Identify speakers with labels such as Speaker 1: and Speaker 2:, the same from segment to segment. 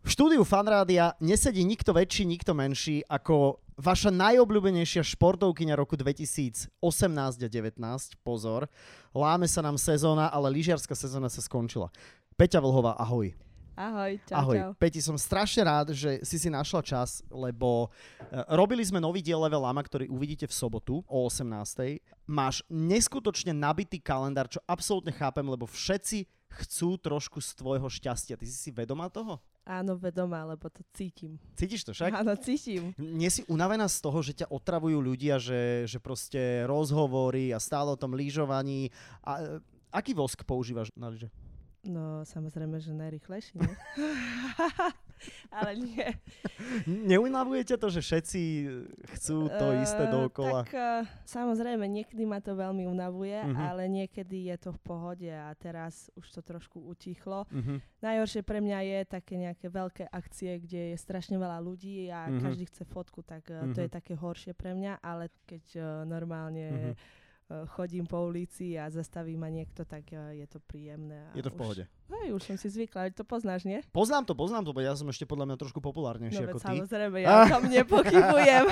Speaker 1: štúdiu fanrádia nesedí nikto väčší, nikto menší ako vaša najobľúbenejšia športovkyňa roku 2018 a 19. Pozor, láme sa nám sezóna, ale lyžiarska sezóna sa skončila. Peťa Vlhová, ahoj.
Speaker 2: Ahoj, čau,
Speaker 1: Ahoj,
Speaker 2: čau.
Speaker 1: Peti, som strašne rád, že si si našla čas, lebo eh, robili sme nový diel Level Lama, ktorý uvidíte v sobotu o 18. Máš neskutočne nabitý kalendár, čo absolútne chápem, lebo všetci chcú trošku z tvojho šťastia. Ty si si vedomá toho?
Speaker 2: Áno, vedomá, lebo to cítim.
Speaker 1: Cítiš to však?
Speaker 2: Áno, cítim.
Speaker 1: Nie si unavená z toho, že ťa otravujú ľudia, že, že proste rozhovory a stále o tom lyžovaní. A, eh, aký vosk používaš na lyže?
Speaker 2: No, samozrejme, že najrychlejší, nie? Ale nie.
Speaker 1: Neunavuje ťa to, že všetci e, chcú to isté
Speaker 2: Eh,
Speaker 1: dookola?
Speaker 2: Tak eh, samozrejme, niekedy ma to veľmi unavuje,
Speaker 1: Mhm.
Speaker 2: ale niekedy je to v pohode a teraz už to trošku utichlo.
Speaker 1: Mhm.
Speaker 2: Najhoršie pre mňa je také nejaké veľké akcie, kde je strašne veľa ľudí a
Speaker 1: Mhm.
Speaker 2: každý chce fotku, tak eh, to
Speaker 1: Mhm.
Speaker 2: je také horšie pre mňa, ale keď eh, normálne
Speaker 1: Mhm.
Speaker 2: eh, chodím po ulici a zastaví ma niekto, tak eh, je to príjemné. A
Speaker 1: Je to v
Speaker 2: už-
Speaker 1: pohode.
Speaker 2: Hej, už som si zvykla, veď to poznáš, nie?
Speaker 1: Poznám to, poznám to, bo ja som ešte podľa mňa trošku populárnejší
Speaker 2: No
Speaker 1: ako
Speaker 2: veď
Speaker 1: ty.
Speaker 2: samozrejme, ja o tom nepochybujem.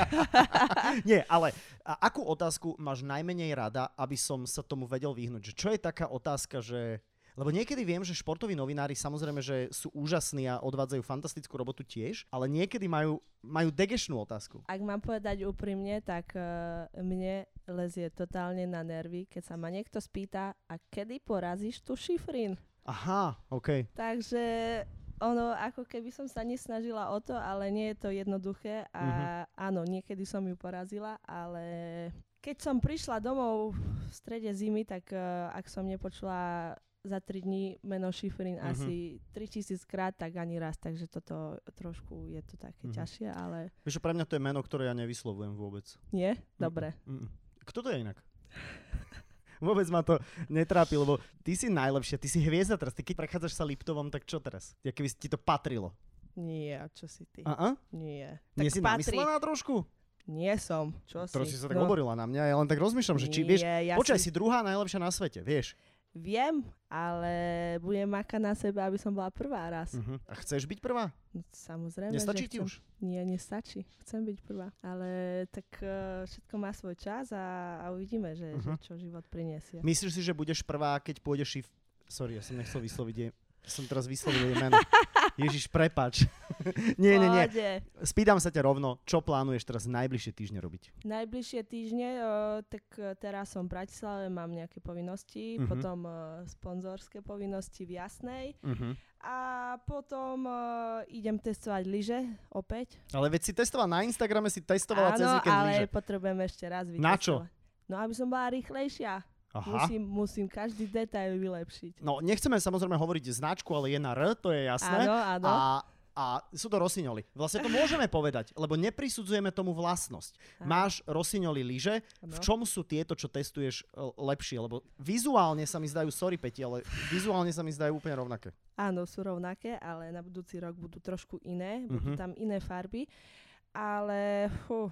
Speaker 1: Nie, ale a akú otázku máš najmenej rada, aby som sa tomu vedel vyhnúť? Že čo je taká otázka, že... Lebo niekedy viem, že športoví novinári samozrejme, že sú úžasní a odvádzajú fantastickú robotu tiež, ale niekedy majú, majú degešnú otázku.
Speaker 2: Ak mám povedať úprimne, tak eh, mne lezie totálne na nervy, keď sa ma niekto spýta, a kedy porazíš tu šifrin?
Speaker 1: Aha, OK.
Speaker 2: Takže ono, ako keby som sa nesnažila o to, ale nie je to jednoduché a
Speaker 1: Mhm.
Speaker 2: áno, niekedy som ju porazila, ale keď som prišla domov v strede zimy, tak eh, ak som nepočula za 3 dní meno Šifrin
Speaker 1: Mhm.
Speaker 2: asi 3000 krát, tak ani raz, takže toto trošku je to
Speaker 1: Mhm.
Speaker 2: také ťažšie, ale
Speaker 1: Vieš, že pre mňa to je meno, ktoré ja nevyslovujem vôbec.
Speaker 2: nie, dobre.
Speaker 1: Mm. Kto to je inak? Vôbec ma to netrápi, lebo ty si najlepšia, ty si hviezda teraz. Ty keď prechádzaš sa Liptovom, tak čo teraz? Ja keby ti to patrilo.
Speaker 2: Nie, čo si ty?
Speaker 1: Aha?
Speaker 2: Nie.
Speaker 1: Nie si namyslená trošku?
Speaker 2: Nie som. Čo
Speaker 1: Teraz si
Speaker 2: si? No,
Speaker 1: sa tak oborila na mňa, ja len tak rozmýšľam, že či vieš,
Speaker 2: Nie, ja
Speaker 1: počkaj, si... druhá najlepšia na svete, vieš.
Speaker 2: Viem, ale budem makať na sebe, aby som bola prvá raz.
Speaker 1: Uh-huh. A chceš byť prvá?
Speaker 2: No, Samozrejme,
Speaker 1: Hm. Nestačí
Speaker 2: že
Speaker 1: ti
Speaker 2: chcem.
Speaker 1: už?
Speaker 2: Nie, nestačí. Chcem byť prvá. Ale tak eh, všetko má svoj čas a, a uvidíme, že, že
Speaker 1: Mhm.
Speaker 2: čo život prinesie.
Speaker 1: Myslíš si, že budeš prvá, keď pôjdeš šif... Sorry, ja som nechcel vysloviť jej... Som teraz vyslovil jej meno. Ježiš, prepač. nie, nie, nie.
Speaker 2: Pohode.
Speaker 1: Spýtam sa ťa rovno, čo plánuješ teraz najbližšie týždne robiť?
Speaker 2: Najbližšie týždne, eh, tak eh, teraz som v Bratislave, mám nejaké povinnosti,
Speaker 1: Mhm.
Speaker 2: potom eh, sponzorské povinnosti v Jasnej
Speaker 1: Uh-huh.
Speaker 2: a potom eh, idem testovať lyže opäť.
Speaker 1: Ale veď si testovala na Instagrame, si testovala cez víkend
Speaker 2: ale
Speaker 1: lyže.
Speaker 2: potrebujem ešte raz vytestovať.
Speaker 1: Na čo?
Speaker 2: No, aby som bola rýchlejšia.
Speaker 1: Aha.
Speaker 2: Musím, musím každý detail vylepšiť.
Speaker 1: No, nechceme samozrejme hovoriť značku, ale je na R, to je jasné.
Speaker 2: Áno, áno.
Speaker 1: A, a sú to rosiňoly. Vlastne to môžeme povedať, lebo neprisudzujeme tomu vlastnosť. Máš rosiňoly lyže, v
Speaker 2: Áno.
Speaker 1: čom sú tieto, čo testuješ l- lepšie? Lebo vizuálne sa mi zdajú, sorry Peti, ale vizuálne sa mi zdajú úplne rovnaké.
Speaker 2: Áno, sú rovnaké, ale na budúci rok budú trošku iné, budú
Speaker 1: Mhm.
Speaker 2: tam iné farby, ale fú,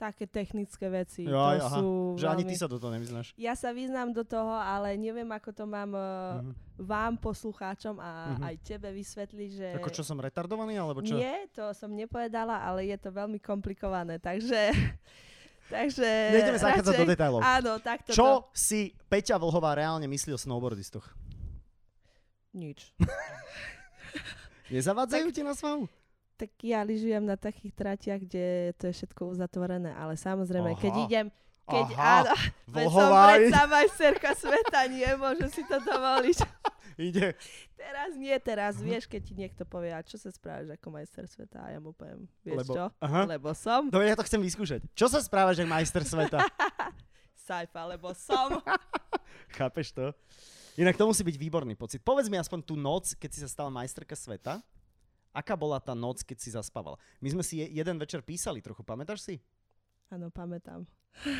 Speaker 2: také technické veci,
Speaker 1: Jaj,
Speaker 2: to
Speaker 1: aha.
Speaker 2: sú
Speaker 1: Že ani ty
Speaker 2: veľmi...
Speaker 1: sa do toho nevyznáš.
Speaker 2: Ja sa vyznám do toho, ale neviem, ako to mám uh,
Speaker 1: Mhm.
Speaker 2: vám, poslucháčom a
Speaker 1: Mhm.
Speaker 2: aj tebe vysvetliť, že...
Speaker 1: Ako čo som retardovaný, alebo čo?
Speaker 2: Nie, to som nepovedala, ale je to veľmi komplikované, takže... takže
Speaker 1: Nejdeme zachádzať do
Speaker 2: radšej-
Speaker 1: detailov.
Speaker 2: Áno, takto
Speaker 1: Čo
Speaker 2: to...
Speaker 1: si Peťa Vlhová reálne myslí o snowboardistoch?
Speaker 2: Nič.
Speaker 1: Nezavádzajú ti na svahu?
Speaker 2: Tak ja lyžujem na takých tratiach, kde to je všetko uzatvorené, ale samozrejme, keď
Speaker 1: Aha.
Speaker 2: idem... Keď,
Speaker 1: Aha,
Speaker 2: áno, veď som
Speaker 1: Vlhová i-
Speaker 2: predsa majsterka sveta, nemôžem si to dovoliť.
Speaker 1: ide.
Speaker 2: Teraz nie, teraz
Speaker 1: Mhm.
Speaker 2: vieš, keď ti niekto povie, a čo sa spravíš ako majster sveta, a ja mu poviem, vieš
Speaker 1: Lebo-
Speaker 2: čo?
Speaker 1: aha.
Speaker 2: Lebo som
Speaker 1: Dobre, ja to chcem vyskúšať. Čo sa správaš, jak majster sveta?
Speaker 2: sajfa, lebo som.
Speaker 1: Chápeš to? Inak to musí byť výborný pocit. Povedz mi aspoň tú noc, keď si sa stala majsterka sveta. Aká bola tá noc, keď si zaspávala? My sme si je- jeden večer písali trochu, pamätáš si?
Speaker 2: Áno, pamätám.
Speaker 1: Ale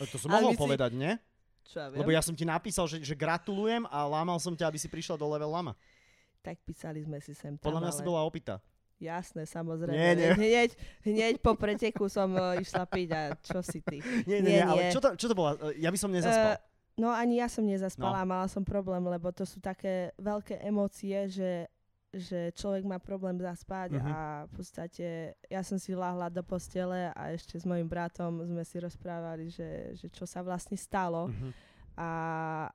Speaker 1: No To som
Speaker 2: Ale
Speaker 1: mohol
Speaker 2: my si-
Speaker 1: povedať, nie?
Speaker 2: Čo ja viem?
Speaker 1: Lebo ja som ti napísal, že, že gratulujem a lámal som ťa, aby si prišla do level lama.
Speaker 2: Tak písali sme si sem tam,
Speaker 1: Podľa mňa
Speaker 2: ale...
Speaker 1: si bola opýta.
Speaker 2: Jasné, samozrejme.
Speaker 1: Nie, nie.
Speaker 2: Hneď, hneď po preteku som eh, išla piť a čo si ty.
Speaker 1: Nie, nie, nie,
Speaker 2: Nie,
Speaker 1: ale
Speaker 2: nie.
Speaker 1: čo to, čo to bola? E, Ja by som
Speaker 2: Eh,
Speaker 1: nezaspal.
Speaker 2: No ani ja som nezaspala,
Speaker 1: No.
Speaker 2: mala som problém, lebo to sú také veľké emócie, že že človek má problém zaspať
Speaker 1: Mhm.
Speaker 2: a v podstate ja som si láhla do postele a ešte s mojim bratom sme si rozprávali, že, že čo sa vlastne stalo
Speaker 1: Mhm.
Speaker 2: a,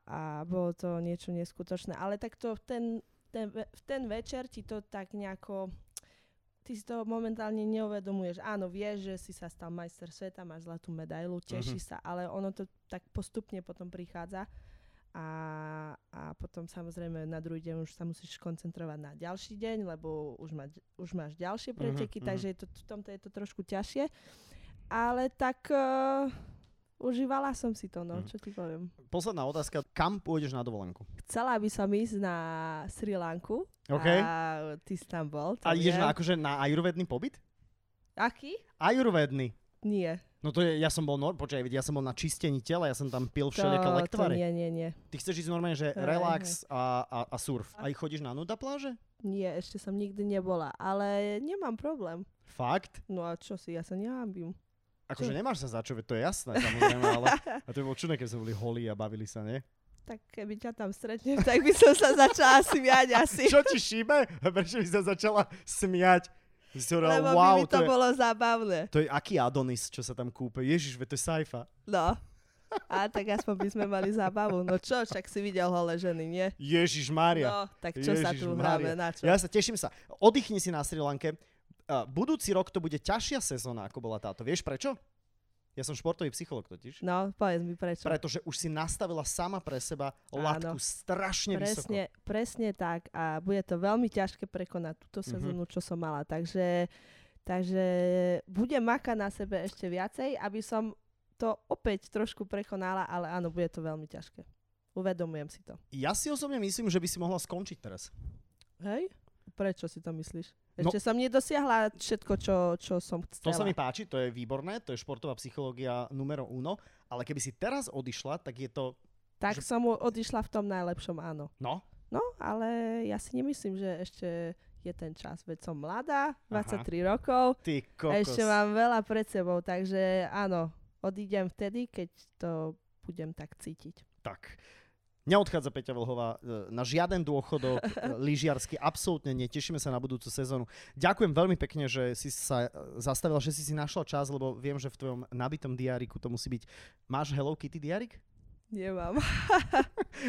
Speaker 2: a bolo to niečo neskutočné. Ale tak to v ten, ten, ve- v ten večer ti to tak nejako... Ty si to momentálne neuvedomuješ. Áno, vieš, že si sa stal majster sveta, máš zlatú medailu, teší
Speaker 1: Mhm.
Speaker 2: sa, ale ono to tak postupne potom prichádza. A, a potom samozrejme na druhý deň už sa musíš koncentrovať na ďalší deň, lebo už, ma, už máš ďalšie preteky,
Speaker 1: mhm.
Speaker 2: takže je to, v tomto je to trošku ťažšie. Ale tak eh, užívala som si to, no,
Speaker 1: Mhm.
Speaker 2: čo ti poviem.
Speaker 1: Posledná otázka. Kam pôjdeš na dovolenku?
Speaker 2: Chcela by som ísť na Sri Lanku.
Speaker 1: OK.
Speaker 2: A ty si tam bol. to
Speaker 1: A ideš
Speaker 2: viem.
Speaker 1: na, akože na ajurvedný pobyt?
Speaker 2: Aký?
Speaker 1: Ajurvedný.
Speaker 2: Nie.
Speaker 1: No to je, ja som bol, nor- počkaj, veď ja som bol na čistení tela, ja som tam pil všelijaké
Speaker 2: to
Speaker 1: lektvary.
Speaker 2: nie, nie, nie.
Speaker 1: Ty chceš ísť normálne, že
Speaker 2: Hej,
Speaker 1: relax a, a, a surf. Aj chodíš na nuda pláže?
Speaker 2: Nie, ešte som nikdy nebola, ale nemám problém.
Speaker 1: Fakt?
Speaker 2: No a čo si, ja sa nehábim.
Speaker 1: Akože
Speaker 2: Čo?
Speaker 1: nemáš sa za čo, veď to je jasné, samozrejme, ale a to by bolo čudné, keď sme boli holí a bavili sa, nie?
Speaker 2: Tak keby ťa tam stretnem, tak by som sa začala smiať asi.
Speaker 1: Čo ti šíbe? Prečo by sa začala smiať? By si hovorila,
Speaker 2: Lebo
Speaker 1: wow,
Speaker 2: by mi
Speaker 1: to,
Speaker 2: to
Speaker 1: je,
Speaker 2: bolo zábavné.
Speaker 1: to je aký Adonis, čo sa tam kúpe. Ježiš, veď to je sajfa.
Speaker 2: No. A tak aspoň by sme mali zábavu. No čo, však si videl holé ženy, nie?
Speaker 1: Ježiš Mária.
Speaker 2: No, tak čo sa tu
Speaker 1: Ježišmaria.
Speaker 2: hráme, na čo?
Speaker 1: Ja sa teším sa. Oddychni si na Sri Lanke. Uh, budúci rok to bude ťažšia sezóna, ako bola táto. Vieš prečo? Ja som športový psycholog totiž.
Speaker 2: No, povedz mi prečo.
Speaker 1: Pretože už si nastavila sama pre seba
Speaker 2: Áno.
Speaker 1: látku strašne
Speaker 2: presne,
Speaker 1: vysoko.
Speaker 2: presne tak a bude to veľmi ťažké prekonať túto
Speaker 1: Mhm.
Speaker 2: sezónu, čo som mala. Takže, takže budem makať na sebe ešte viacej, aby som to opäť trošku prekonala, ale áno, bude to veľmi ťažké. Uvedomujem si to.
Speaker 1: Ja si osobne myslím, že by si mohla skončiť teraz.
Speaker 2: Hej? Prečo si to myslíš?
Speaker 1: No-
Speaker 2: Ešte som nedosiahla všetko, čo, čo som
Speaker 1: To
Speaker 2: chcela.
Speaker 1: sa mi páči, to je výborné, to je športová psychológia numero uno, ale keby si teraz odišla, tak je to...
Speaker 2: tak
Speaker 1: že-
Speaker 2: som u- odišla v tom najlepšom, áno.
Speaker 1: No,
Speaker 2: No, ale ja si nemyslím, že ešte je ten čas, veď som mladá, 23 rokov,
Speaker 1: ty
Speaker 2: A
Speaker 1: kokos.
Speaker 2: Ešte mám veľa pred sebou, takže áno, odídem vtedy, keď to budem tak cítiť.
Speaker 1: Tak. Neodchádza Peťa Vlhová e, na žiaden dôchodok e, lyžiarsky, absolútne nie. Tešíme sa na budúcu sezónu. Ďakujem veľmi pekne, že si sa e, zastavila, že si si našla čas, lebo viem, že v tvojom nabitom diáriku to musí byť... Máš Hello Kitty diárik?
Speaker 2: Nemám.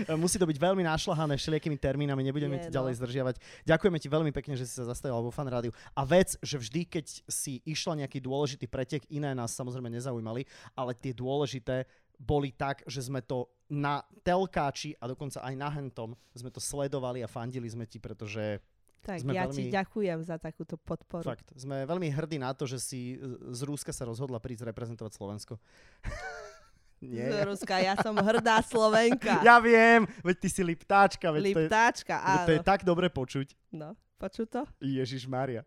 Speaker 1: E, Musí to byť veľmi našľahané všelijakými termínami, nebudeme
Speaker 2: Je,
Speaker 1: ti
Speaker 2: no.
Speaker 1: ďalej zdržiavať. Ďakujeme ti veľmi pekne, že si sa zastavila vo fan rádiu. A vec, že vždy, keď si išla nejaký dôležitý pretek, iné nás samozrejme nezaujímali, ale tie dôležité boli tak, že sme to na telkáči a dokonca aj na hentom sme to sledovali a fandili sme ti, pretože
Speaker 2: Tak
Speaker 1: Sme
Speaker 2: ja
Speaker 1: veľmi-
Speaker 2: ti ďakujem za takúto podporu.
Speaker 1: fakt, sme veľmi hrdí na to, že si e, z Rúska sa rozhodla prísť reprezentovať Slovensko. Nie.
Speaker 2: Z Ruska, ja som hrdá Slovenka.
Speaker 1: Ja viem, veď ty si liptáčka, veď to je,
Speaker 2: Liptáčka,
Speaker 1: veď
Speaker 2: áno.
Speaker 1: to je tak dobre počuť.
Speaker 2: No, poču to?
Speaker 1: Ježiš Maria.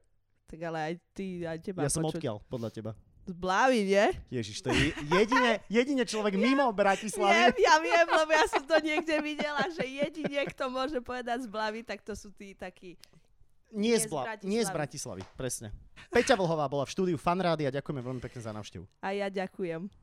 Speaker 2: Tak ale aj ty, aj teba
Speaker 1: Ja som
Speaker 2: počuť.
Speaker 1: odkiaľ, podľa teba.
Speaker 2: Z Blavy, nie?
Speaker 1: Ježiš, to je jedine, jedine človek mimo
Speaker 2: Viem,
Speaker 1: Bratislavy.
Speaker 2: ja viem, lebo ja som to niekde videla, že jedine, kto môže povedať z Blavy, tak to sú tí takí.
Speaker 1: Nie,
Speaker 2: nie
Speaker 1: z
Speaker 2: z
Speaker 1: Bla- nie z
Speaker 2: Bratislavy.
Speaker 1: Bratislavy, presne. Peťa Vlhová bola v štúdiu Fanrády a ďakujeme veľmi pekne za návštevu.
Speaker 2: A ja ďakujem.